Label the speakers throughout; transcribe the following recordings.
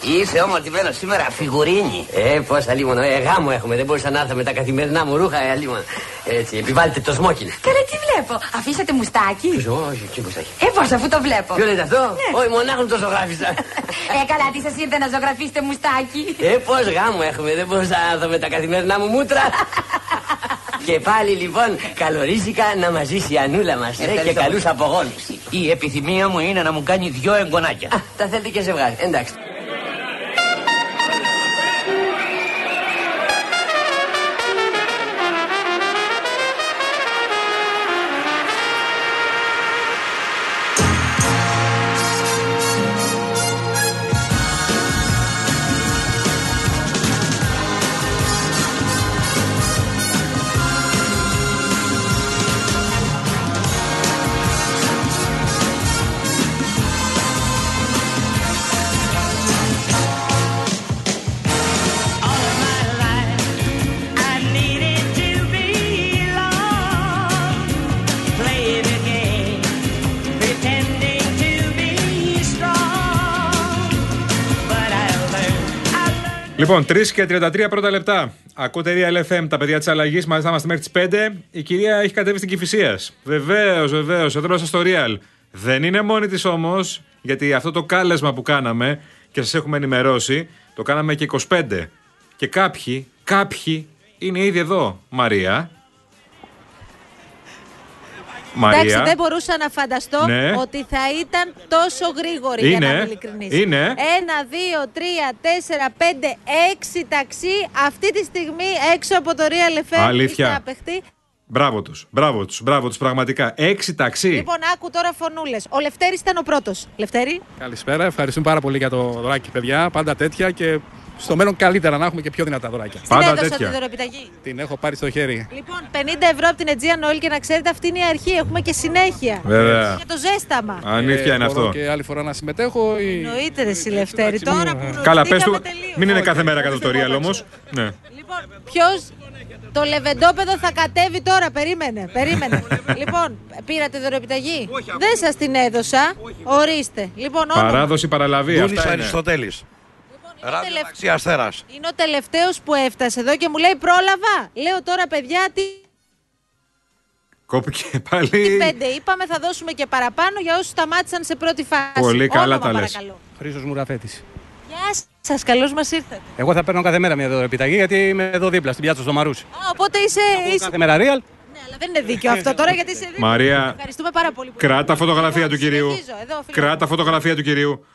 Speaker 1: Είσαι όμορφη σήμερα, φιγουρίνι.
Speaker 2: Ε, πόσα λίγο ε, γάμο έχουμε. Δεν μπορούσα να έρθω με τα καθημερινά μου ρούχα, ε, λίγο. Έτσι, επιβάλλεται το σμόκιν.
Speaker 3: Καλά, τι βλέπω. Αφήσατε μουστάκι.
Speaker 2: Ποιος, Όχι, τι μουστάκι.
Speaker 3: Ε, πώς αφού το βλέπω.
Speaker 2: Ποιο είναι αυτό, Όχι, μονάχα το ζωγράφισα.
Speaker 3: Ε, καλά, τι σας ήρθε να ζωγραφίσετε μουστάκι.
Speaker 2: ε, πώς γάμο έχουμε. Δεν μπορούσα να έρθω με τα καθημερινά μου μούτρα. και πάλι λοιπόν, καλορίζηκα να μαζί η Ανούλα μας ε, και
Speaker 1: Ευχαριστώ.
Speaker 2: καλού απογόνους.
Speaker 1: Η επιθυμία μου είναι να μου κάνει δυο εγγονάκια.
Speaker 2: Τα θέλετε και ζευγάρι. Εντάξει.
Speaker 4: I needed to be loved, playing a game, pretending to be strong, but I learned, I learned.
Speaker 5: Λοιπόν, 3 και 33 πρώτα λεπτά. Ακούτε Real FM, τα παιδιά της αλλαγής. Μαζί θα είμαστε μέχρι τις 5. Η κυρία έχει κατέβει στην Κυφυσία. Βεβαίως, βεβαίως. Εδώ σα στο Real. Δεν είναι μόνη της όμως, γιατί αυτό το κάλεσμα που κάναμε και σας έχουμε ενημερώσει, το κάναμε και 25. Και κάποιοι, κάποιοι είναι ήδη εδώ. Μαρία.
Speaker 6: Εντάξει, δεν μπορούσα να φανταστώ
Speaker 5: Ναι.
Speaker 6: ότι θα ήταν τόσο γρήγορη για να
Speaker 5: Είναι.
Speaker 6: είμαι ειλικρινής.
Speaker 5: Είναι.
Speaker 6: Ένα, δύο, τρία, τέσσερα, πέντε, έξι ταξί αυτή τη στιγμή έξω από το Real FM.
Speaker 5: Αλήθεια.
Speaker 6: είστε άπεχτοι.
Speaker 5: Μπράβο τους, μπράβο τους, μπράβο τους, πραγματικά. Έξι ταξί.
Speaker 6: Λοιπόν, άκου τώρα φωνούλες. Ο Λευτέρης ήταν ο πρώτος. Λευτέρη,
Speaker 7: Καλησπέρα, ευχαριστούμε πάρα πολύ για το δωράκι, παιδιά. Πάντα τέτοια και στο μέλλον καλύτερα να έχουμε και πιο δυνατά δωράκια.
Speaker 5: Πάντα
Speaker 6: την έδωσα
Speaker 5: τέτοια.
Speaker 6: τη δωρεπιταγή.
Speaker 7: Την έχω πάρει στο χέρι.
Speaker 6: Λοιπόν, 50 ευρώ από την Aegean Oil και να ξέρετε, αυτή είναι η αρχή. Έχουμε και συνέχεια.
Speaker 5: Βέβαια.
Speaker 6: Για το ζέσταμα.
Speaker 5: Ανήθεια
Speaker 7: Ε,
Speaker 5: είναι
Speaker 7: μπορώ
Speaker 5: αυτό.
Speaker 7: Και άλλη φορά να συμμετέχω. Ή...
Speaker 6: Εννοείται, ρε Σιλευτέρη.
Speaker 7: εντάξει,
Speaker 6: Τώρα
Speaker 7: μου,
Speaker 6: που
Speaker 7: ε.
Speaker 5: Καλά, πε
Speaker 6: ρωτήκαμε
Speaker 5: του.
Speaker 6: τελείως.
Speaker 5: Μην είναι
Speaker 6: Όχι,
Speaker 5: κάθε μέρα
Speaker 6: δεν
Speaker 5: κατά το
Speaker 6: μπορώ να
Speaker 5: real όμω.
Speaker 6: ξέρω.
Speaker 5: Ναι.
Speaker 6: Λοιπόν, ποιος. Το λεβεντόπεδο θα κατέβει τώρα, περίμενε. περίμενε. λοιπόν, πήρατε δωρεοπιταγή. Δεν σας την έδωσα. Ορίστε. Λοιπόν, όνομα.
Speaker 5: Παράδοση παραλαβή.
Speaker 8: Δούνης
Speaker 5: Αυτά είναι.
Speaker 8: Αριστοτέλης.
Speaker 6: Είναι ο
Speaker 8: Ράδιο
Speaker 6: τελευ-
Speaker 8: Ταξί Αστέρας.
Speaker 6: Είναι ο τελευταίος που έφτασε εδώ και μου λέει πρόλαβα. Λέω τώρα, παιδιά, τι
Speaker 5: Κόπηκε πάλι.
Speaker 6: πέντε είπαμε, θα δώσουμε και παραπάνω για όσους σταμάτησαν σε πρώτη φάση.
Speaker 5: Πολύ καλά
Speaker 6: Όνομα,
Speaker 5: τα λες.
Speaker 6: παρακαλώ.
Speaker 7: Χρήσο Μουραφέτης.
Speaker 6: Γεια σας, καλώς μας ήρθατε.
Speaker 7: Εγώ θα παίρνω κάθε μέρα μια δωρεπιταγή γιατί είμαι εδώ δίπλα στην πιάτσα στο Μαρούσι.
Speaker 6: Α, οπότε είσαι. είσαι...
Speaker 7: Κάθε μέρα real.
Speaker 6: Ναι, αλλά δεν είναι δίκιο αυτό τώρα γιατί είσαι. δίκαιο.
Speaker 5: Μαρία,
Speaker 6: Ευχαριστούμε πάρα πολύ. που-
Speaker 5: Κράτα φωτογραφία
Speaker 6: Λοιπόν,
Speaker 5: του κυρίου.
Speaker 6: συνεχίζω. Εδώ, φίλε.
Speaker 5: Κράτα φωτογραφία του κυρίου.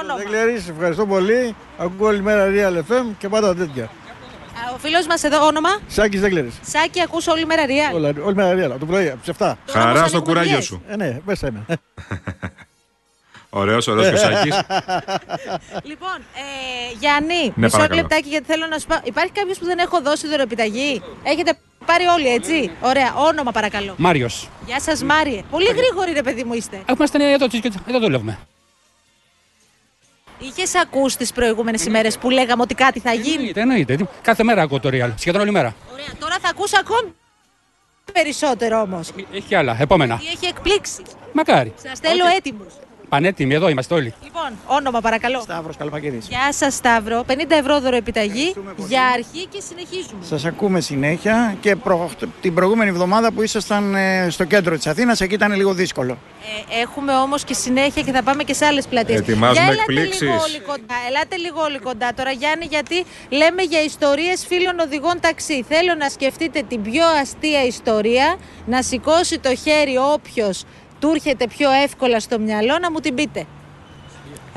Speaker 6: Όνομα.
Speaker 9: ευχαριστώ πολύ. Ακούω όλη μέρα Real FM και πάντα τέτοια.
Speaker 6: Α, Ο φίλος μας εδώ, όνομα.
Speaker 9: Σάκης Δέγκλερη.
Speaker 6: Σάκη, ακούς όλη μέρα ρεάλ.
Speaker 9: Όλα- Όλη μέρα Real, από το πρωί, από τις 7.
Speaker 6: Τώρα όμως
Speaker 5: Χαρά στο
Speaker 6: ανοίγουμε
Speaker 5: κουράγιο
Speaker 6: δουλειές.
Speaker 5: σου.
Speaker 9: Ε, ναι, μέσα είμαι.
Speaker 5: Ωραίος, ωραίος και ο Σάκης.
Speaker 6: Λοιπόν, ε, Γιάννη, μισό
Speaker 5: παρακαλώ.
Speaker 6: λεπτάκι γιατί θέλω να σου πω. Υπάρχει κάποιος που δεν έχω δώσει δωρεπιταγή. Έχετε πάρει όλοι, έτσι. Ωραία, όνομα παρακαλώ.
Speaker 7: Μάριος.
Speaker 6: Γεια σας, Μάριε. Πολύ γρήγοροι, ρε παιδί μου, είστε.
Speaker 7: Είμαστε εδώ, cheesecake, εδώ δουλεύουμε.
Speaker 6: Είχε ακούσει τις προηγούμενες ημέρες που λέγαμε ότι κάτι θα γίνει.
Speaker 7: Εννοείται, εννοείται. Κάθε μέρα ακούω το real. Σχεδόν όλη μέρα.
Speaker 6: Ωραία, τώρα θα ακούσει ακόμη περισσότερο όμως.
Speaker 7: Έχει και άλλα. Επόμενα.
Speaker 6: Τι έχει εκπλήξει.
Speaker 7: Μακάρι.
Speaker 6: Σας θέλω έτοιμους.
Speaker 7: Πανέτοιμοι, εδώ είμαστε όλοι.
Speaker 6: Λοιπόν, όνομα παρακαλώ.
Speaker 9: Σταύρος Καλπακίδης.
Speaker 6: Γεια σας, Σταύρο. 50 ευρώ δωρεοεπιταγή για αρχή και συνεχίζουμε.
Speaker 9: Σας ακούμε συνέχεια και προ- την προηγούμενη εβδομάδα που ήσασταν ε, στο κέντρο της Αθήνας, εκεί ήταν λίγο δύσκολο.
Speaker 6: Ε, έχουμε όμως και συνέχεια και θα πάμε και σε άλλες πλατείες.
Speaker 5: Ετοιμάζουμε
Speaker 6: για ελάτε
Speaker 5: εκπλήξεις.
Speaker 6: λίγο όλοι κοντά. Ελάτε λίγο όλοι κοντά τώρα, Γιάννη, γιατί λέμε για ιστορίες φίλων οδηγών ταξί. Θέλω να σκεφτείτε την πιο αστεία ιστορία, να σηκώσει το χέρι όποιος του έρχεται πιο εύκολα στο μυαλό, να μου την πείτε.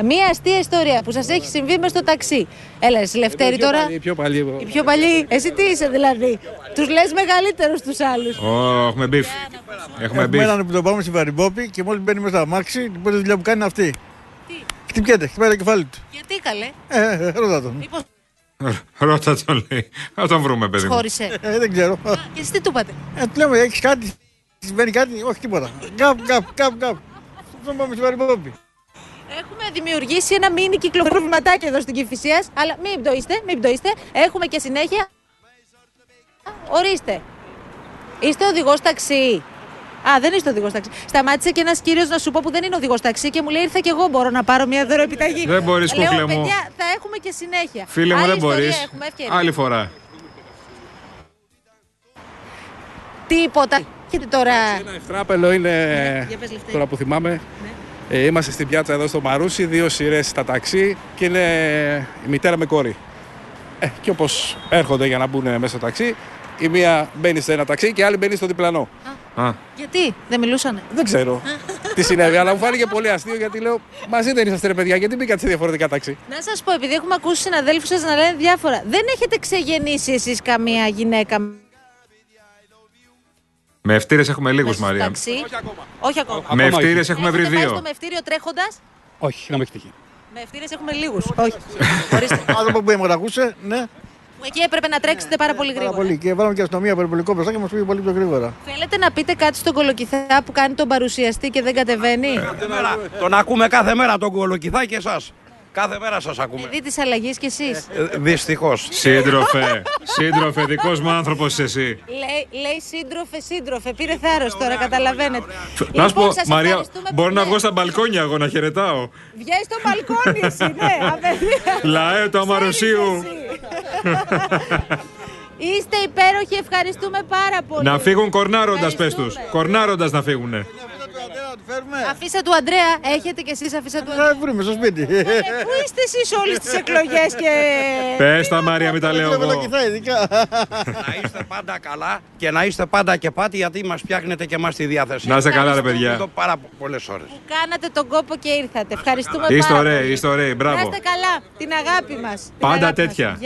Speaker 6: Μία αστεία ιστορία που σας έχει συμβεί μες στο ταξί. Έλα, εσύ, Λευτέρη,
Speaker 7: Ε, Πιο
Speaker 6: τώρα.
Speaker 7: παλιοί, Πιο παλιοί.
Speaker 6: Οι πιο παλιοί, εσύ τι είσαι δηλαδή. Τους λες μεγαλύτερους τους άλλους.
Speaker 5: Ω, έχουμε μπιφ. Έχουμε
Speaker 9: Έχουμε
Speaker 5: μπιφ.
Speaker 9: έναν που τον πάμε στην Βαριμπόπη και μόλις μπαίνει μέσα στο αμάξι, την πρώτη δουλειά που κάνει είναι αυτή. Χτυπιέται, χτυπάει το κεφάλι του.
Speaker 6: Γιατί καλέ,
Speaker 9: Ε, ε, ρώτα τον.
Speaker 6: μήπως
Speaker 5: Ρώτα το λέει. Θα τον βρούμε, παιδί μου.
Speaker 6: χώρισε.
Speaker 9: Ε, δεν ξέρω.
Speaker 6: Και εσύ τι του είπατε.
Speaker 9: Ε, του λέμε, έχεις κάτι, συμβαίνει κάτι, όχι τίποτα. Κάπου, κάπου, κάπου, κάπου. Τον πάμε στην Βαριμπόπη.
Speaker 6: Έχουμε δημιουργήσει ένα μίνι κυκλοφορηματάκι εδώ στην Κυφυσίας. Αλλά μην πτωείστε, μην πτωείστε. Έχουμε και συνέχεια. Ορίστε. Είστε οδηγός ταξί. Α, δεν είσαι οδηγός ταξί. Σταμάτησε και ένας κύριος να σου πω που δεν είναι οδηγός ταξί και μου λέει: Ήρθα και εγώ. Μπορώ να πάρω μια δωρεοπιταγή.
Speaker 5: Δεν μπορείς,
Speaker 6: Λέω,
Speaker 5: κούκλε μου.
Speaker 6: «Παιδιά, θα έχουμε και συνέχεια.
Speaker 5: Φίλε μου,
Speaker 6: Άλλη
Speaker 5: δεν
Speaker 6: ιστορία
Speaker 5: μπορείς.
Speaker 6: έχουμε, ευκαιρία.
Speaker 5: Άλλη φορά.
Speaker 6: Τίποτα. Και τώρα.
Speaker 7: Ένα ευτράπελο είναι.
Speaker 6: για πες, Λευτέρη.
Speaker 7: Τώρα που θυμάμαι. Ε, είμαστε στην πιάτσα εδώ στο Μαρούσι, δύο σειρές στα ταξί και είναι η μητέρα με κόρη. Ε, και όπως έρχονται για να μπουν μέσα στο ταξί, η μία μπαίνει σε ένα ταξί και η άλλη μπαίνει στο διπλανό.
Speaker 5: Α,
Speaker 6: Γιατί δεν μιλούσανε.
Speaker 7: Δεν ξέρω
Speaker 9: Ε.
Speaker 7: τι συνέβη, αλλά μου φάνηκε πολύ αστείο γιατί λέω μαζί δεν είσαστε ρε παιδιά, γιατί μπήκατε σε διαφορετικά ταξί.
Speaker 6: Να σας πω, επειδή έχουμε ακούσει συναδέλφους σας να λένε διάφορα, δεν έχετε ξεγεννήσει εσείς καμία γυναίκα μέσα
Speaker 5: με ευτήρε έχουμε λίγους,
Speaker 6: στο
Speaker 5: Μαρία.
Speaker 6: ταξί. Όχι
Speaker 5: Με
Speaker 6: ακόμα.
Speaker 7: Ακόμα όχι.
Speaker 5: ευτήρε έχουμε βρει
Speaker 6: Έχετε πάει
Speaker 5: δύο.
Speaker 6: στο μευτήριο τρέχοντας.
Speaker 7: Όχι, να με έχει τύχει.
Speaker 6: Με ευθύρε έχουμε λίγους. Όχι. Ορίστε.
Speaker 9: Άνθρωπο που με ακούσε, ναι,
Speaker 6: Εκεί έπρεπε να τρέξετε πάρα πολύ
Speaker 9: πάρα
Speaker 6: γρήγορα.
Speaker 9: πολύ. Και βάλαμε και αστυνομία περιπολικό μπροστά και μας πήγε πολύ πιο γρήγορα.
Speaker 6: Θέλετε να πείτε κάτι στον κολοκυθά που κάνει τον παρουσιαστή και δεν κατεβαίνει.
Speaker 5: Ε.
Speaker 8: Τον ακούμε κάθε μέρα τον κολοκυθά και εσάς. Κάθε μέρα σας ακούμε.
Speaker 6: Δει της αλλαγής κι εσείς.
Speaker 9: Ε,
Speaker 8: Δυστυχώς.
Speaker 5: Σύντροφε, σύντροφε, δικός μου άνθρωπος εσύ.
Speaker 6: Λέει, λέει σύντροφε, σύντροφε. Πήρε θάρρος τώρα, καταλαβαίνετε.
Speaker 5: Να σου πω,
Speaker 6: Λοιπόν, σας
Speaker 5: Μαρία,
Speaker 6: ευχαριστούμε που
Speaker 5: μπορώ να
Speaker 6: ναι.
Speaker 5: βγω στα μπαλκόνια εγώ να χαιρετάω.
Speaker 6: Βγαίνει στο μπαλκόνι, εσύ, ναι, απευθεία.
Speaker 5: Λαέ του Αμαροσίου.
Speaker 6: Είστε υπέροχοι, ευχαριστούμε πάρα πολύ.
Speaker 5: Να φύγουν κορνάροντας, πες τους.
Speaker 6: Ευχαριστούμε.
Speaker 5: Κορνάροντας να φύγουνε.
Speaker 6: Αφήσα του Αντρέα, έχετε κι εσείς αφήσα του Αντρέα.
Speaker 9: Θα βρούμε στο σπίτι.
Speaker 6: Ε, Πού είστε εσείς όλες τις εκλογές και.
Speaker 5: Πες τα, Μαρία, μην τα λέω
Speaker 9: Λέω
Speaker 5: εγώ.
Speaker 9: κολοκυθά ειδικά.
Speaker 8: να είστε πάντα καλά και να είστε πάντα και πάτη γιατί μας φτιάχνετε και εμά τη διάθεση.
Speaker 5: Να είστε καλά, ρε παιδιά.
Speaker 8: Το πάρα πολλές ώρες.
Speaker 6: Που κάνατε τον κόπο και ήρθατε. Ευχαριστούμε πάρα
Speaker 5: Είστε ωραίοι,
Speaker 6: πολύ.
Speaker 5: είστε ωραίοι,
Speaker 6: Να
Speaker 5: μπράβο.
Speaker 6: είστε καλά, την αγάπη μας.
Speaker 5: Πάντα τέτοια.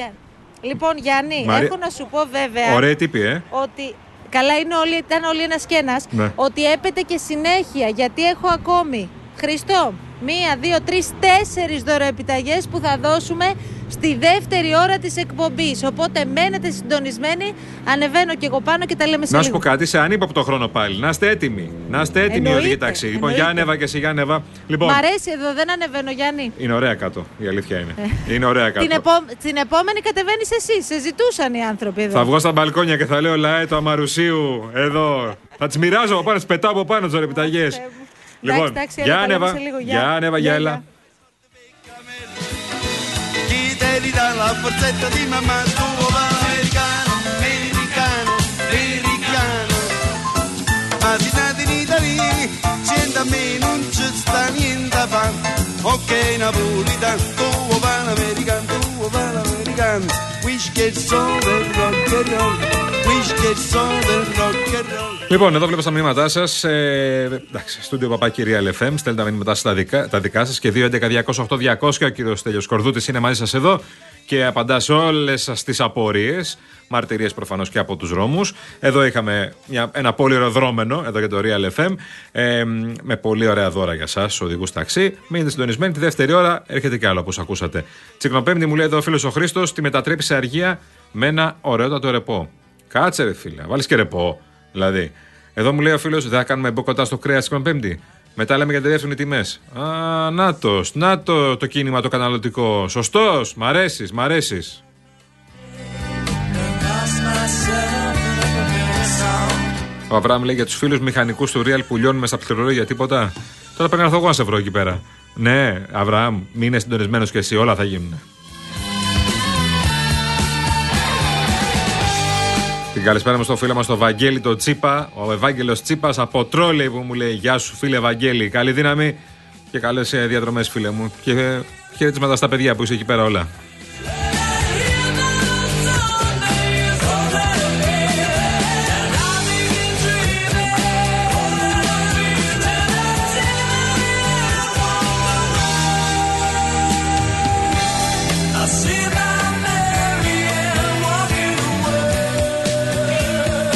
Speaker 6: Λοιπόν, Γιάννη,
Speaker 5: Μαρία-
Speaker 6: έχω να σου πω βέβαια
Speaker 5: Ωραίοι τύποι, ε.
Speaker 6: ότι. Καλά είναι όλοι, ήταν όλοι ένας και ένας.
Speaker 5: Ναι.
Speaker 6: Ότι έπεται και συνέχεια γιατί έχω ακόμη. Χριστό, μία, δύο, τρεις, τέσσερις δωρεοεπιταγές που θα δώσουμε στη δεύτερη ώρα της εκπομπής. Οπότε μένετε συντονισμένοι. Ανεβαίνω και εγώ πάνω και τα λέμε σε
Speaker 5: Να σου
Speaker 6: λίγο.
Speaker 5: πω κάτι σε ανύποπτο χρόνο πάλι. Να είστε έτοιμοι. Να είστε έτοιμοι
Speaker 6: Εννοείται,
Speaker 5: οδηγοί ταξί. Λοιπόν,
Speaker 6: εννοείται.
Speaker 5: για ανέβα και εσύ, για ανέβα. Λοιπόν,
Speaker 6: Μ' αρέσει εδώ, δεν ανεβαίνω, Γιάννη.
Speaker 5: είναι ωραία κάτω. Η αλήθεια είναι. Είναι ωραία
Speaker 6: Ε. Την,
Speaker 5: κάτω.
Speaker 6: επο- την επόμενη κατεβαίνεις εσύ. Σε ζητούσαν οι άνθρωποι εδώ.
Speaker 5: Θα βγω στα μπαλκόνια και θα λέω Λαέ του Αμαρουσίου εδώ. Θα τις μοιράζω από πάνω, τις πετάω από πάνω τις ωρεπιταγέ. Λοιπόν,
Speaker 6: εντάξει, έλα,
Speaker 5: για
Speaker 6: τα λέμε
Speaker 5: ανέβα.
Speaker 6: σε λίγο. Γεια.
Speaker 5: Για ανέβα,
Speaker 6: Γεια,
Speaker 5: για έλα.
Speaker 6: γεια.
Speaker 4: Chiedeli dalla forzetta di mamma tuo americano, americano, americano. Ma si state in Italia, senta a me non ci sta niente a fare. Ok napolitano, tuo panamericano, tuo panamericano. Wish che sono del rock and roll, wish che sono del rock and roll.
Speaker 5: Λοιπόν, εδώ βλέπω στα μηνύματά σας. Ε, εντάξει, στούντιο παπάκι Real FM. Στέλνετε τα μηνύματά σας τα δικά, τα δικά σας και 211-208-200. Ο κύριος Τέλειο Κορδούτης είναι μαζί σας εδώ και απαντά σε όλες σας τις απορίες. Μαρτυρίες προφανώς και από τους δρόμου. Εδώ είχαμε μια, ένα πολύ ωραίο δρόμενο εδώ για το Real FM. Ε, με πολύ ωραία δώρα για εσά, οδηγούς ταξί. Μείνετε συντονισμένοι. Τη δεύτερη ώρα έρχεται και άλλο όπως ακούσατε. Τσικνοπέμπτη μου λέει εδώ ο φίλος ο Χρήστος τη μετατρέπεις σε αργία με ένα ωραιότατο ρεπό. Κάτσε ρε φίλε, βάλεις και ρεπό. Δηλαδή, εδώ μου λέει ο φίλος, δεν θα κάνουμε μποκοτά στο κρέας την Πέμπτη. Μετά λέμε γιατί πέφτουν οι τιμές. Α, νάτο, νάτο το κίνημα το καταναλωτικό. Σωστός, μ' αρέσεις, μ' αρέσεις. Ο Αβραάμ λέει για τους φίλους μηχανικούς του Real που λιώνουμε στα πληρορία τίποτα. Τώρα πρέπει να έρθω εγώ να σε βρω εκεί πέρα. Ναι, Αβραάμ, μείνε συντονισμένος κι εσύ, όλα θα γίνουν. Την καλησπέρα μου στο φίλο μας, το Βαγγέλη το Τσίπα. Ο Ευάγγελος Τσίπας από Τρόλεϊ που μου λέει: Γεια σου, φίλε Βαγγέλη. Καλή δύναμη και καλές διαδρομές, φίλε μου. Και ε, χαιρετίσματα στα παιδιά που είσαι εκεί πέρα όλα.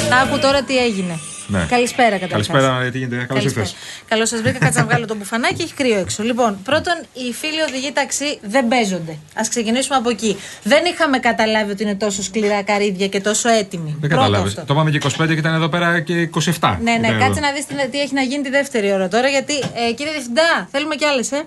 Speaker 6: Να άκου τώρα τι έγινε.
Speaker 5: Ναι.
Speaker 6: Καλησπέρα καταρχάς.
Speaker 5: Καλησπέρα, ε, τι γίνεται. Καλώς ήρθες.
Speaker 6: Καλώς σας βρήκα. Κάτσε να βγάλω το μπουφανάκι, έχει κρύο έξω. Λοιπόν, πρώτον, οι φίλοι οδηγοί ταξί δεν παίζονται. Ας ξεκινήσουμε από εκεί. Δεν είχαμε καταλάβει ότι είναι τόσο σκληρά καρύδια και τόσο έτοιμοι.
Speaker 5: Δεν
Speaker 6: Πρώτο
Speaker 5: κατάλαβε.
Speaker 6: αυτό.
Speaker 5: Το πάμε και 25 και ήταν εδώ πέρα και 27.
Speaker 6: Ναι, ναι,
Speaker 5: Ήταν εδώ.
Speaker 6: κάτσε να δεις τι, τι έχει να γίνει τη δεύτερη ώρα τώρα. Γιατί, ε, κύριε Διευθυντά, θέλουμε κι άλλες, ε.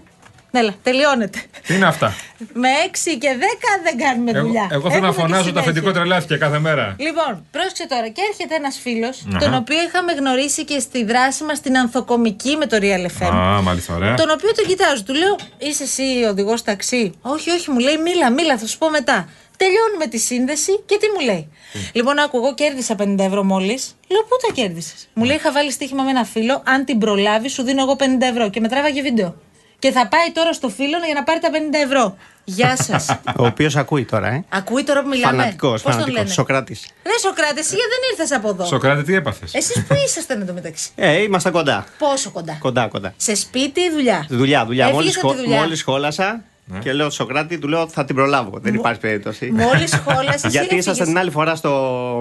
Speaker 6: Έλα, τελειώνεται.
Speaker 5: Τι είναι αυτά.
Speaker 6: Με 6 και 10 δεν κάνουμε
Speaker 5: Εγώ,
Speaker 6: δουλειά.
Speaker 5: εγώ θέλω να
Speaker 6: Έχουμε τη
Speaker 5: φωνάζω το
Speaker 6: συνέχεια.
Speaker 5: αφεντικό τρελάθηκε κάθε μέρα.
Speaker 6: Λοιπόν, πρόσεξε τώρα και έρχεται ένας φίλος, τον οποίο είχαμε γνωρίσει και στη δράση μας στην Ανθοκομική με το Real FM.
Speaker 5: Α, μάλιστα, ωραία.
Speaker 6: Τον οποίο τον κοιτάζω, του λέω: Είσαι εσύ οδηγός ταξί. Όχι, όχι, μου λέει: Μίλα, μίλα, θα σου πω μετά. Τελειώνουμε τη σύνδεση και τι μου λέει. Λοιπόν, άκου, εγώ κέρδισα 50 ευρώ μόλις. Λέω: Πού τα κέρδισες. Μου λέει: Είχα βάλει στοίχημα με ένα φίλο. Αν την προλάβεις, σου δίνω εγώ 50 ευρώ. Και με τράβαγε βίντεο. Και θα πάει τώρα στο φίλο για να πάρει τα 50 ευρώ. Γεια σας.
Speaker 10: Ο
Speaker 5: Oh,
Speaker 10: οποίος ακούει τώρα, ε.
Speaker 6: Ακούει τώρα που μιλάμε.
Speaker 10: Φανατικός,
Speaker 6: Πώς τον
Speaker 10: φανατικός.
Speaker 6: λένε.
Speaker 10: Σοκράτης.
Speaker 6: Ρε Σοκράτες, εσύ γιατί δεν ήρθες από εδώ.
Speaker 5: Σοκράτη, τι έπαθες.
Speaker 6: Εσείς που ήσασταν εντωμεταξύ.
Speaker 10: Ε, είμαστε κοντά.
Speaker 6: Πόσο κοντά.
Speaker 10: Κοντά, κοντά.
Speaker 6: Σε σπίτι ή δουλειά.
Speaker 10: Δουλειά, δουλειά.
Speaker 6: Έφυγες
Speaker 10: Μόλις
Speaker 6: από τη δουλειά.
Speaker 10: χόλασα και λέω Σοκράτη, του λέω θα την προλάβω. Δεν υπάρχει περίπτωση.
Speaker 6: Μόλις χόλασες ή
Speaker 10: Γιατί ήσασταν
Speaker 6: έφυγες?
Speaker 10: την άλλη φορά στο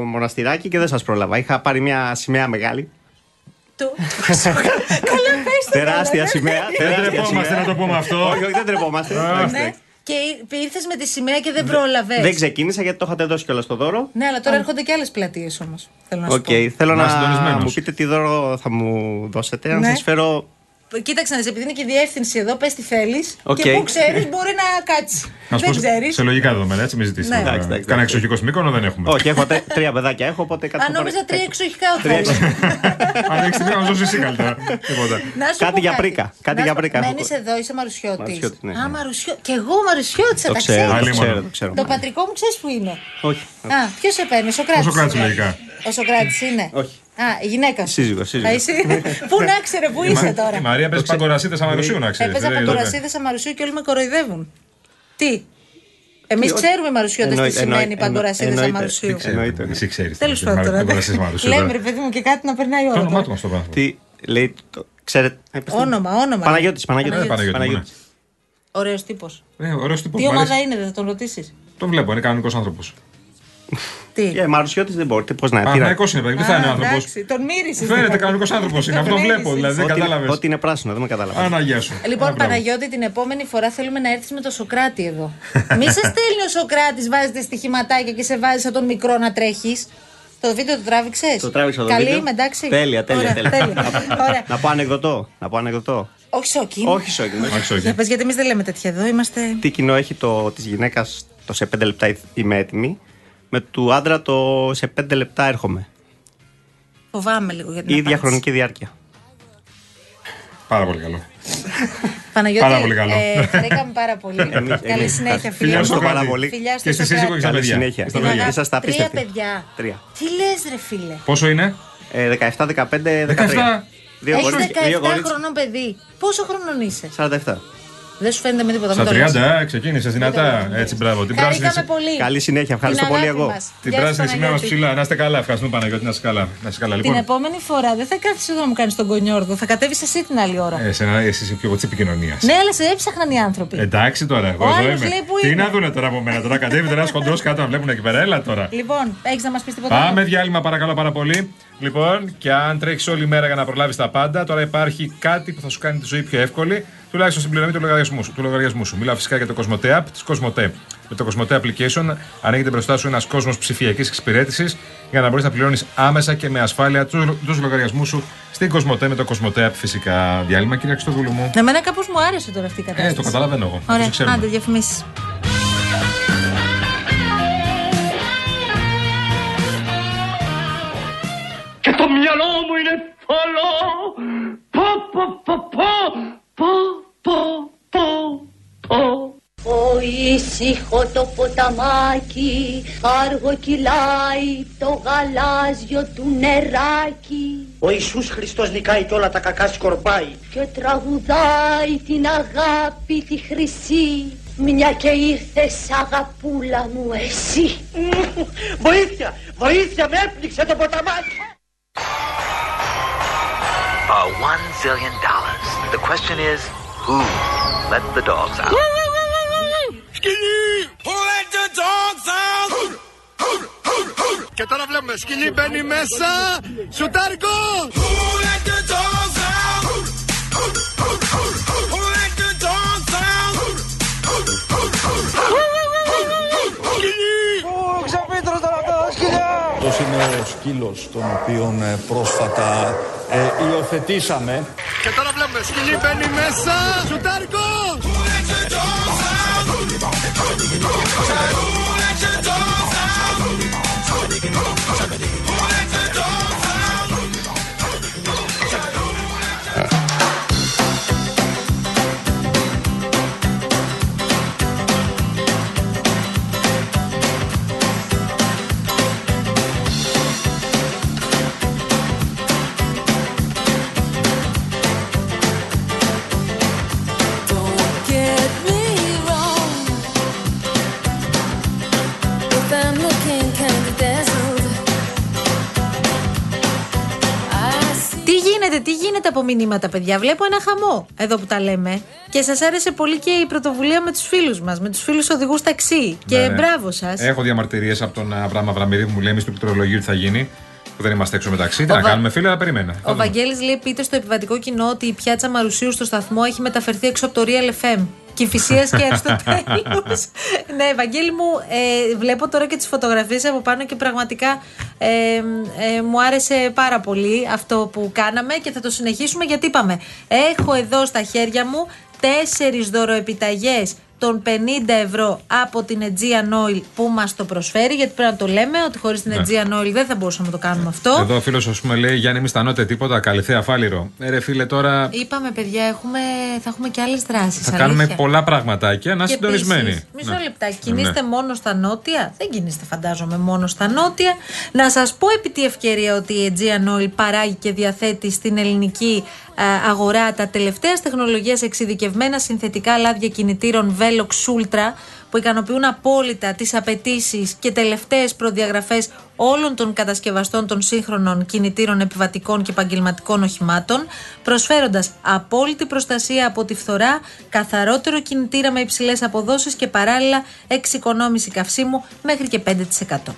Speaker 10: μοναστηράκι και δεν σας πρόλαβα. Είχα πάρει μια σημαία μεγάλη.
Speaker 6: Του. Καλά, πες το,
Speaker 10: Τεράστια
Speaker 6: καλά.
Speaker 10: σημαία.
Speaker 5: Δεν
Speaker 10: τεράστια
Speaker 5: τρεπόμαστε
Speaker 10: σημαία.
Speaker 5: να το πούμε αυτό.
Speaker 10: Όχι, όχι, δεν τρεπόμαστε. Εντάξει,
Speaker 6: Ναι.
Speaker 10: εντάξει.
Speaker 6: Και ήρθες με τη σημαία και δεν πρόλαβες.
Speaker 10: Δεν ξεκίνησα γιατί το είχατε δώσει κιόλας το δώρο.
Speaker 6: Ναι, αλλά τώρα έρχονται και άλλες πλατείες όμως. Θέλω να σου
Speaker 10: Οκ, θέλω
Speaker 5: Να
Speaker 10: να
Speaker 5: συντονισμένος.
Speaker 10: μου πείτε τι δώρο θα μου δώσετε. Αν
Speaker 6: Ναι.
Speaker 10: σας Ε, φέρω.
Speaker 6: πω. Κοίταξε να δεις, επειδή είναι και η διεύθυνση εδώ, πες τι θέλεις.
Speaker 10: Οκ.
Speaker 6: Και που ξέρεις, μπορεί να κάτσεις.
Speaker 5: Να σου
Speaker 6: δεν
Speaker 5: πω,
Speaker 6: ξέρεις.
Speaker 5: Σε λογικά δεδομένα, έτσι με ζητήσεις.
Speaker 6: Ναι.
Speaker 5: τώρα.
Speaker 10: Εντάξει, εντάξει,
Speaker 5: Κανένα
Speaker 10: εντάξει.
Speaker 5: εξοχικό μήκονο δεν έχουμε.
Speaker 10: Όχι, έχω τε- τρία παιδάκια, έχω οπότε κάτι. θα
Speaker 6: Αν
Speaker 10: πάρω.
Speaker 6: νόμιζα τρία εξοχικά ο
Speaker 10: Τρία
Speaker 6: Θάνος.
Speaker 5: Αν έχεις την να ζω εσύ καλύτερα. Τίποτα.
Speaker 6: Να σου
Speaker 10: Κάτι
Speaker 6: πω
Speaker 10: για πρίκα, κάτι
Speaker 6: Να
Speaker 10: για
Speaker 6: σου πω,
Speaker 10: πρίκα έχω
Speaker 6: Μένεις
Speaker 10: ακούσει.
Speaker 6: εδώ, είσαι Μαρουσιώτης.
Speaker 10: Μαρουσιώτη, ναι,
Speaker 6: Α,
Speaker 10: ναι.
Speaker 6: Μαρουσιώ... Κι εγώ Μαρουσιώτησα,
Speaker 10: Το
Speaker 6: τα
Speaker 10: ξέρω, το
Speaker 5: Άλλη
Speaker 6: ξέρεις.
Speaker 5: μόνο.
Speaker 10: ξέρω, το ξέρω.
Speaker 6: Το πατρικό μου ξέρεις που είναι.
Speaker 10: Όχι.
Speaker 6: Α, ποιος σε παίρνει, ο Σοκράτης.
Speaker 5: Ο Σοκράτης, λογικά.
Speaker 6: Ο Σοκράτης είναι.
Speaker 10: Όχι.
Speaker 6: Α, η γυναίκα σου.
Speaker 10: Σύζυγος, σύζυγος.
Speaker 6: Α, εσύ. Πού να ξέρε, πού είσαι
Speaker 5: Η
Speaker 6: Ε, τώρα.
Speaker 5: Μαρία παίζει παγκορασίδε αμαρουσίου, να Ε, ξέρει.
Speaker 6: Έπαιζα παντορασίδες αμαρουσίου και όλοι με κοροϊδεύουν. Τι. Εμείς ξέρουμε Μαρουσιώτες τι
Speaker 10: Εννοείται,
Speaker 6: σημαίνει
Speaker 10: εννοείται,
Speaker 6: παντορασίδες
Speaker 10: εννοείται.
Speaker 6: αμαρουσίου.
Speaker 10: Τι Εννοείται. ναι.
Speaker 5: Εσύ ξέρεις.
Speaker 6: Τέλο πάντων. Λέμε ρε
Speaker 5: Το
Speaker 6: παιδί μου και κάτι να περνάει η ώρα.
Speaker 5: όνομά
Speaker 6: τώρα.
Speaker 5: του μας το πράγμα.
Speaker 10: Τι λέει. το- Ξέρετε. ε, πες το.
Speaker 6: Όνομα, όνομα.
Speaker 10: Παναγιώτης, Παναγιώτης.
Speaker 5: Ε, Παναγιώτη μου,
Speaker 10: Παναγιώτης.
Speaker 6: Ωραίος τύπος.
Speaker 5: ναι. Ε, Ωραίος τύπος,
Speaker 6: Τι
Speaker 5: μου αρέσει.
Speaker 6: ομάδα είναι, δεν θα τον ρωτήσεις.
Speaker 5: Το βλέπω, είναι κανονικός άνθρωπος.
Speaker 6: Τι.
Speaker 10: Ε, Μαρουσιώτη δεν μπορεί. Πώς να τι να-
Speaker 5: Παναγικός είναι, παιδί, δεν Ε, θα είναι
Speaker 6: Α,
Speaker 5: άνθρωπος.
Speaker 6: εντάξει, Τον δηλαδή. μύρισες.
Speaker 5: Φαίνεται κανονικός άνθρωπος είναι, αυτό βλέπω. Δηλαδή δεν
Speaker 10: Ό,τι-
Speaker 5: κατάλαβε.
Speaker 10: Ό,τι είναι πράσινο, δεν με κατάλαβα.
Speaker 5: Αναγία σου.
Speaker 6: Λοιπόν,
Speaker 5: Α, μπράβο.
Speaker 6: Παναγιώτη, την επόμενη φορά θέλουμε να έρθεις με το Σοκράτη εδώ. Μη σε στέλνει ο Σοκράτης, βάζετε στοιχηματάκια και σε βάζει σαν τον μικρό να τρέχεις. Το βίντεο το τράβηξες.
Speaker 10: Το τράβηξα το
Speaker 6: Καλή
Speaker 10: βίντεο.
Speaker 6: είμαι, εντάξει.
Speaker 10: Τέλεια, τέλεια,
Speaker 6: Ωραία,
Speaker 10: τέλεια.
Speaker 6: Ωραία.
Speaker 10: Να πω ανεκδοτό. Να πω ανεκδοτό.
Speaker 6: Όχι σοκί.
Speaker 10: Όχι, σοκ.
Speaker 5: Εντάξει, όχι.
Speaker 6: Για πες, γιατί εμείς δεν λέμε τέτοια εδώ. Είμαστε.
Speaker 10: Τι κοινό έχει το της γυναίκας το σε 5 λεπτά είμαι έτοιμη με του άντρα το σε 5 λεπτά έρχομαι.
Speaker 6: Φοβάμαι λίγο για την
Speaker 10: Η ίδια
Speaker 6: απάντηση.
Speaker 10: χρονική διάρκεια.
Speaker 5: Πάρα πολύ καλό.
Speaker 6: Παναγιώτη,
Speaker 5: Πάρα πολύ καλό.
Speaker 6: Ε, χαρήκαμε πάρα πολύ.
Speaker 10: Εμείς-
Speaker 6: Καλή
Speaker 10: εμείς.
Speaker 6: συνέχεια,
Speaker 10: Φιλιά
Speaker 6: φίλε.
Speaker 10: στο
Speaker 6: μου.
Speaker 10: πάρα
Speaker 5: Σοκράτη.
Speaker 10: πολύ.
Speaker 6: Φιλιά στο
Speaker 5: Και στη σύζυγο και
Speaker 6: Σοκράτη.
Speaker 5: στα
Speaker 10: Καλή
Speaker 5: παιδιά.
Speaker 10: συνέχεια.
Speaker 5: Στα
Speaker 10: Την
Speaker 5: παιδιά.
Speaker 10: αγάπη. Είσαστε
Speaker 6: Τρία
Speaker 10: απίστευτοι.
Speaker 6: παιδιά.
Speaker 10: Τρία.
Speaker 6: Τι λες, ρε φίλε.
Speaker 5: Πόσο είναι,
Speaker 10: Ε, 17, 15, 13.
Speaker 5: 17.
Speaker 10: Δύο
Speaker 6: Έχεις
Speaker 10: κορίτσια, δύο
Speaker 6: 17
Speaker 10: κορίτσια.
Speaker 6: χρονών παιδί. Πόσο χρονών είσαι.
Speaker 10: 47.
Speaker 6: Δεν σου φαίνεται με τίποτα.
Speaker 5: Στα
Speaker 6: μην το
Speaker 5: 30,
Speaker 6: λες.
Speaker 5: ε, ξεκίνησες δυνατά. Έτσι, μπράβο. Την πράσινη.
Speaker 6: Χαρήκαμε πολύ.
Speaker 10: Καλή συνέχεια. Ευχαριστώ
Speaker 6: Την
Speaker 10: πολύ
Speaker 6: αγάπη
Speaker 10: εγώ.
Speaker 6: μας.
Speaker 5: Την
Speaker 6: Γεια σου,
Speaker 5: πράσινη σημαία μας
Speaker 6: Παναγιώτη.
Speaker 5: ψηλά. Να είστε καλά. Ευχαριστούμε Παναγιώτη, να είστε καλά. Να είστε καλά.
Speaker 6: Την
Speaker 5: Λοιπόν,
Speaker 6: επόμενη φορά δεν θα κάθεσαι εδώ να μου κάνεις τον κονιόρδο. Θα κατέβεις εσύ την άλλη ώρα.
Speaker 5: ε, εσένα, εσύ είσαι πιο τη επικοινωνίας.
Speaker 6: Ναι, αλλά σε έψαχναν οι άνθρωποι.
Speaker 5: Ε, Εντάξει τώρα, εγώ
Speaker 6: Ο
Speaker 5: εδώ
Speaker 6: άλλος
Speaker 5: είμαι.
Speaker 6: λέει που
Speaker 5: Τι
Speaker 6: είναι.
Speaker 5: να δούνε τώρα από μένα, τώρα κατέβει ένα χοντρό κάτω να βλέπουν εκεί πέρα, έλα τώρα.
Speaker 6: Λοιπόν, έχεις να μας πεις τίποτα.
Speaker 5: Πάμε
Speaker 6: άλλο?
Speaker 5: διάλειμμα παρακαλώ πάρα πολύ. Λοιπόν, και αν τρέχεις όλη μέρα για να προλάβεις τα πάντα, τώρα υπάρχει κάτι που θα σου κάνει τη ζωή πιο εύκολη, τουλάχιστον στην πληρωμή του λογαριασμού σου. Του λογαριασμού σου. Μιλάω φυσικά για το Κοσμοτέ App τη Κοσμοτέ. Με το Κοσμοτέ Application ανοίγεται μπροστά σου ένας κόσμος ψηφιακής εξυπηρέτησης για να μπορείς να πληρώνεις άμεσα και με ασφάλεια τους λογαριασμούς σου στην Κοσμοτέ με το Κοσμοτέ App φυσικά. Διάλειμμα, κύριε Αξιτοδούλου μου.
Speaker 6: Εμένα κάπως μου άρεσε τώρα αυτή η
Speaker 5: Ε,
Speaker 6: κατάσταση.
Speaker 5: το καταλαβαίνω εγώ. Όπως
Speaker 6: Ωραία,
Speaker 5: ξέρουμε.
Speaker 6: άντε διαφημίσεις.
Speaker 11: Και το μυαλό μου είναι θολό. Πω, πω, πω, πω, πω, πω, πω, πω. Ο ήσυχο το ποταμάκι, άργο κυλάει το γαλάζιο του νεράκι
Speaker 12: Ο Ιησούς Χριστός νικάει και όλα τα κακά σκορπάει.
Speaker 11: και τραγουδάει την αγάπη τη χρυσή μια και ήρθες αγαπούλα μου εσύ.
Speaker 12: Βοήθεια! Βοήθεια! Με έπνιξε το ποταμάκι!
Speaker 4: For one zillion dollars, the question is, who let the dogs out?
Speaker 8: Και τώρα βλέπουμε σκυλί μπαίνει μέσα. Σουτάρικο!
Speaker 4: Αυτός είναι ο σκύλος τον οποίον ε, πρόσφατα ε, υιοθετήσαμε
Speaker 8: Και τώρα βλέπουμε σκυλί μπαίνει μέσα. Σουτάρικο!
Speaker 6: από μηνύματα, παιδιά. Βλέπω ένα χαμό εδώ που τα λέμε. Και σας άρεσε πολύ και η πρωτοβουλία με τους φίλους μας, με τους φίλους οδηγούς ταξί. Και
Speaker 5: Ναι, ναι.
Speaker 6: μπράβο σας.
Speaker 5: Έχω διαμαρτυρίες από τον Αβραάμ Αβραμίδη που μου λέει εμεί του πληκτρολογίου τι θα γίνει. Που δεν είμαστε έξω μεταξύ. Τι
Speaker 6: Ο
Speaker 5: να
Speaker 6: Βα-
Speaker 5: κάνουμε, φίλε, να περιμένω. Θα
Speaker 6: Ο
Speaker 5: δούμε.
Speaker 6: Βαγγέλης λέει: Πείτε στο επιβατικό κοινό ότι η πιάτσα Μαρουσίου στο σταθμό έχει μεταφερθεί έξω από το Real FM. Κυφυσία και Αριστοτέλου. ναι, Βαγγέλη μου, ε, βλέπω τώρα και τις φωτογραφίες από πάνω και πραγματικά ε, ε, μου άρεσε πάρα πολύ αυτό που κάναμε και θα το συνεχίσουμε γιατί είπαμε. Έχω εδώ στα χέρια μου τέσσερις δωροεπιταγές των 50 ευρώ από την Aegean Oil που μας το προσφέρει γιατί πρέπει να το λέμε ότι χωρίς την
Speaker 5: Ναι.
Speaker 6: Aegean Oil δεν θα μπορούσαμε να το κάνουμε αυτό.
Speaker 5: Εδώ ο φίλος, ας πούμε, λέει Γιάννη, μη στανώτε τίποτα. Καλυθέα φάληρο. Ε, ρε, φίλε, τώρα
Speaker 6: Είπαμε, παιδιά, έχουμε, θα έχουμε και άλλες δράσεις.
Speaker 5: θα κάνουμε πολλά πραγματάκια. Να
Speaker 6: Και
Speaker 5: είστε συντονισμένοι.
Speaker 6: επίσης, Μισό
Speaker 5: Ναι.
Speaker 6: λεπτά.
Speaker 5: Ναι.
Speaker 6: Κινείστε μόνο στα νότια. Δεν κινείστε, φαντάζομαι, μόνο στα νότια. Να σας πω επί τη ευκαιρία ότι η Aegean Oil παράγει και διαθέτει στην ελληνική ε, αγορά τα τελευταία τεχνολογία εξειδικευμένα συνθετικά λάδια κινητήρων Velox Ultra που ικανοποιούν απόλυτα τις απαιτήσεις και τελευταίες προδιαγραφές όλων των κατασκευαστών των σύγχρονων κινητήρων επιβατικών και επαγγελματικών οχημάτων, προσφέροντας απόλυτη προστασία από τη φθορά, καθαρότερο κινητήρα με υψηλές αποδόσεις και παράλληλα εξοικονόμηση καυσίμου μέχρι και 5%.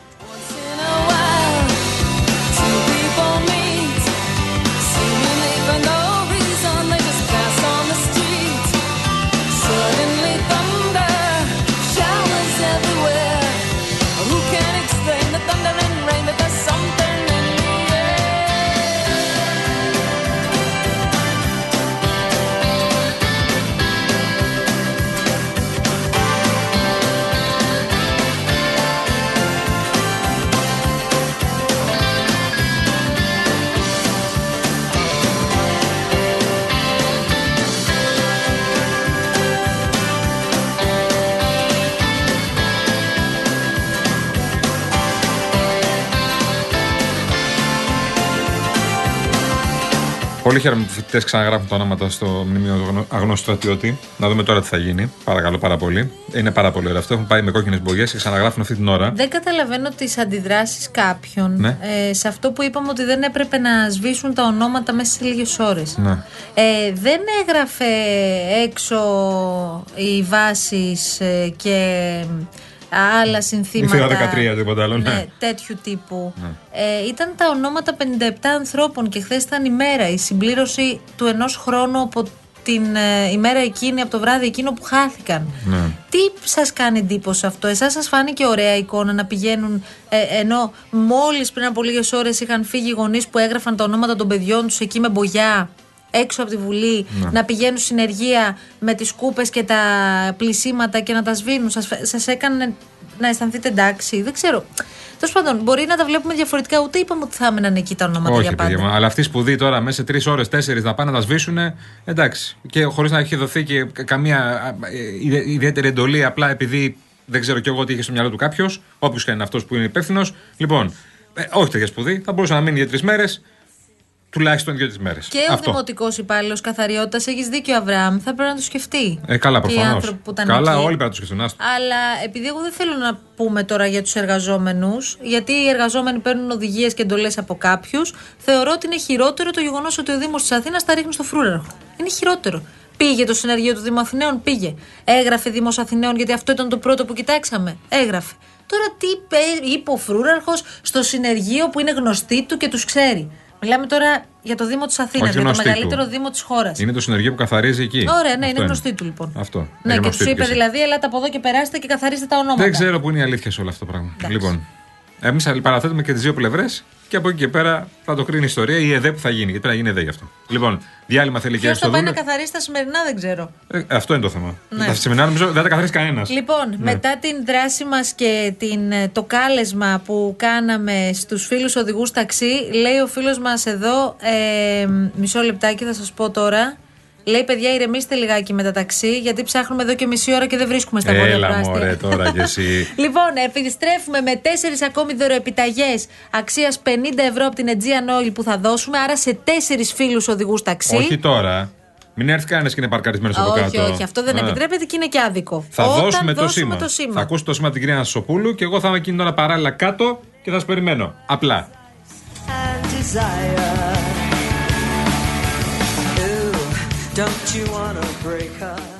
Speaker 5: Πολύ χαίρομαι που οι φοιτητές ξαναγράφουν τα ονόματα στο μνημείο αγνω- αγνώστου στρατιώτη. Να δούμε τώρα τι θα γίνει. Παρακαλώ πάρα πολύ. Είναι πάρα πολύ ωραίο αυτό. Έχουν πάει με κόκκινες μπογιές και ξαναγράφουν αυτή την ώρα.
Speaker 6: Δεν καταλαβαίνω τις αντιδράσεις κάποιων
Speaker 5: Ναι.
Speaker 6: ε, σε αυτό που είπαμε ότι δεν έπρεπε να σβήσουν τα ονόματα μέσα σε λίγες ώρες.
Speaker 5: Ναι.
Speaker 6: Ε, δεν έγραφε έξω οι βάσεις ε, και άλλα συνθήματα.
Speaker 5: Η θύρα 13 τίποτα άλλο, ναι.
Speaker 6: τέτοιου τύπου.
Speaker 5: Ναι.
Speaker 6: Ε, ήταν τα ονόματα 57 ανθρώπων και χθες ήταν η μέρα, η συμπλήρωση του ενός χρόνου από την ε, ημέρα εκείνη, από το βράδυ εκείνο που χάθηκαν.
Speaker 5: Ναι.
Speaker 6: Τι σας κάνει εντύπωση αυτό, εσάς σας φάνηκε ωραία εικόνα να πηγαίνουν ε, ενώ μόλις πριν από λίγες ώρες είχαν φύγει οι γονείς που έγραφαν τα ονόματα των παιδιών τους εκεί με μπογιά έξω από τη Βουλή
Speaker 13: Ναι.
Speaker 6: να πηγαίνουν συνεργεία με τις κούπες και τα πλησίματα και να τα σβήνουν. Σας, φε- σας έκανε να αισθανθείτε εντάξει, δεν ξέρω. Τέλος πάντων, μπορεί να τα βλέπουμε διαφορετικά. Ούτε είπαμε ότι θα έμεναν εκεί τα ονόματα
Speaker 5: Όχι,
Speaker 6: για πάντα.
Speaker 5: παιδιά μου, αλλά αυτή η σπουδή τώρα μέσα σε τρεις ώρες, τέσσερις να πάνε να τα σβήσουν. Εντάξει. Και χωρίς να έχει δοθεί και κα- καμία α, ε, ιδε- ιδιαίτερη εντολή, απλά επειδή δεν ξέρω κι εγώ τι είχε στο μυαλό του κάποιος, όποιος και αν είναι αυτός που είναι υπεύθυνος. Λοιπόν, ε, όχι τέτοια σπουδή. Θα μπορούσε να μείνει για τρεις μέρες, τουλάχιστον δύο-τρει μέρες.
Speaker 6: Και ο δημοτικός υπάλληλος καθαριότητας, έχεις δίκιο, Αβραάμ, θα πρέπει να το σκεφτεί.
Speaker 5: Ε, καλά,
Speaker 6: Και οι
Speaker 5: προφανώς.
Speaker 6: άνθρωποι που ήταν
Speaker 5: Καλά,
Speaker 6: εκεί.
Speaker 5: όλοι πρέπει να το σκεφτούν. άστο.
Speaker 6: Αλλά επειδή εγώ δεν θέλω να πούμε τώρα για τους εργαζόμενους, γιατί οι εργαζόμενοι παίρνουν οδηγίες και εντολές από κάποιους, θεωρώ ότι είναι χειρότερο το γεγονός ότι ο Δήμος της Αθήνας τα ρίχνει στο φρούρερχο. Είναι χειρότερο. Πήγε το συνεργείο του Δήμου Αθηναίων, πήγε. Έγραφε Δήμος Αθηναίων, γιατί αυτό ήταν το πρώτο που κοιτάξαμε. Έγραφε. Τώρα τι είπε- είπε ο φρούραρχος στο συνεργείο που είναι γνωστή του και τους ξέρει. Μιλάμε τώρα για το Δήμο της Αθήνα,
Speaker 5: Όχι
Speaker 6: για το
Speaker 5: γνωστή του.
Speaker 6: μεγαλύτερο Δήμο της χώρας.
Speaker 5: Είναι το συνεργείο που καθαρίζει εκεί.
Speaker 6: Ωραία, ναι, είναι
Speaker 5: Αυτό
Speaker 6: γνωστή του λοιπόν.
Speaker 5: Αυτό.
Speaker 6: Ναι,
Speaker 5: Είναι
Speaker 6: και
Speaker 5: γνωστή
Speaker 6: τους είπε
Speaker 5: εσύ.
Speaker 6: δηλαδή, ελάτε από εδώ και περάστε και καθαρίστε τα ονόματα.
Speaker 5: Δεν ξέρω που είναι η αλήθεια σε όλο αυτό το πράγμα. Λοιπόν, εμείς παραθέτουμε και τις δύο πλευρές και από εκεί και πέρα θα το κρίνει η ιστορία ή η ΕΔΕ που θα γίνει. Γιατί πρέπει να γίνει ΕΔΕ γι' αυτό. Λοιπόν, διάλειμμα θέλει και
Speaker 6: Ποιος
Speaker 5: έτσι
Speaker 6: θα
Speaker 5: το
Speaker 6: πάει
Speaker 5: δούμε.
Speaker 6: να καθαρίσει τα σημερινά, δεν ξέρω.
Speaker 5: Ε, Αυτό είναι το θέμα.
Speaker 6: Ναι.
Speaker 5: Τα σεμινάρια νομίζω δεν θα τα καθαρίσει κανένας.
Speaker 6: Λοιπόν, μετά την δράση μας και την, ε, το κάλεσμα που κάναμε στους φίλους οδηγούς ταξί, λέει ο φίλος μας εδώ, ε, μισό λεπτάκι θα σας πω τώρα, λέει παιδιά ηρεμήστε λιγάκι με τα ταξί, γιατί ψάχνουμε εδώ και μισή ώρα και δεν βρίσκουμε στα βόρεια
Speaker 5: Έλα
Speaker 6: προάστια.
Speaker 5: μωρέ τώρα κι εσύ.
Speaker 6: Λοιπόν, επιστρέφουμε με τέσσερις ακόμη δωροεπιταγέ αξία 50 ευρώ από την Aegean Oil που θα δώσουμε. Άρα σε τέσσερις φίλους οδηγούς ταξί.
Speaker 5: Όχι τώρα. Μην έρθει κανένας και είναι παρκαρισμένος
Speaker 6: Α,
Speaker 5: από
Speaker 6: όχι,
Speaker 5: κάτω.
Speaker 6: όχι, αυτό δεν
Speaker 5: Ναι.
Speaker 6: επιτρέπεται και είναι και άδικο.
Speaker 5: Θα
Speaker 6: Όταν
Speaker 5: δώσουμε το σήμα.
Speaker 6: το
Speaker 5: Θα ακούσει το σήμα την κυρία Σοπούλου και εγώ θα είμαι εκείνη την ώρα παράλληλα κάτω και θα σας περιμένω. Απλά.
Speaker 13: desire.
Speaker 11: Don't you wanna break up?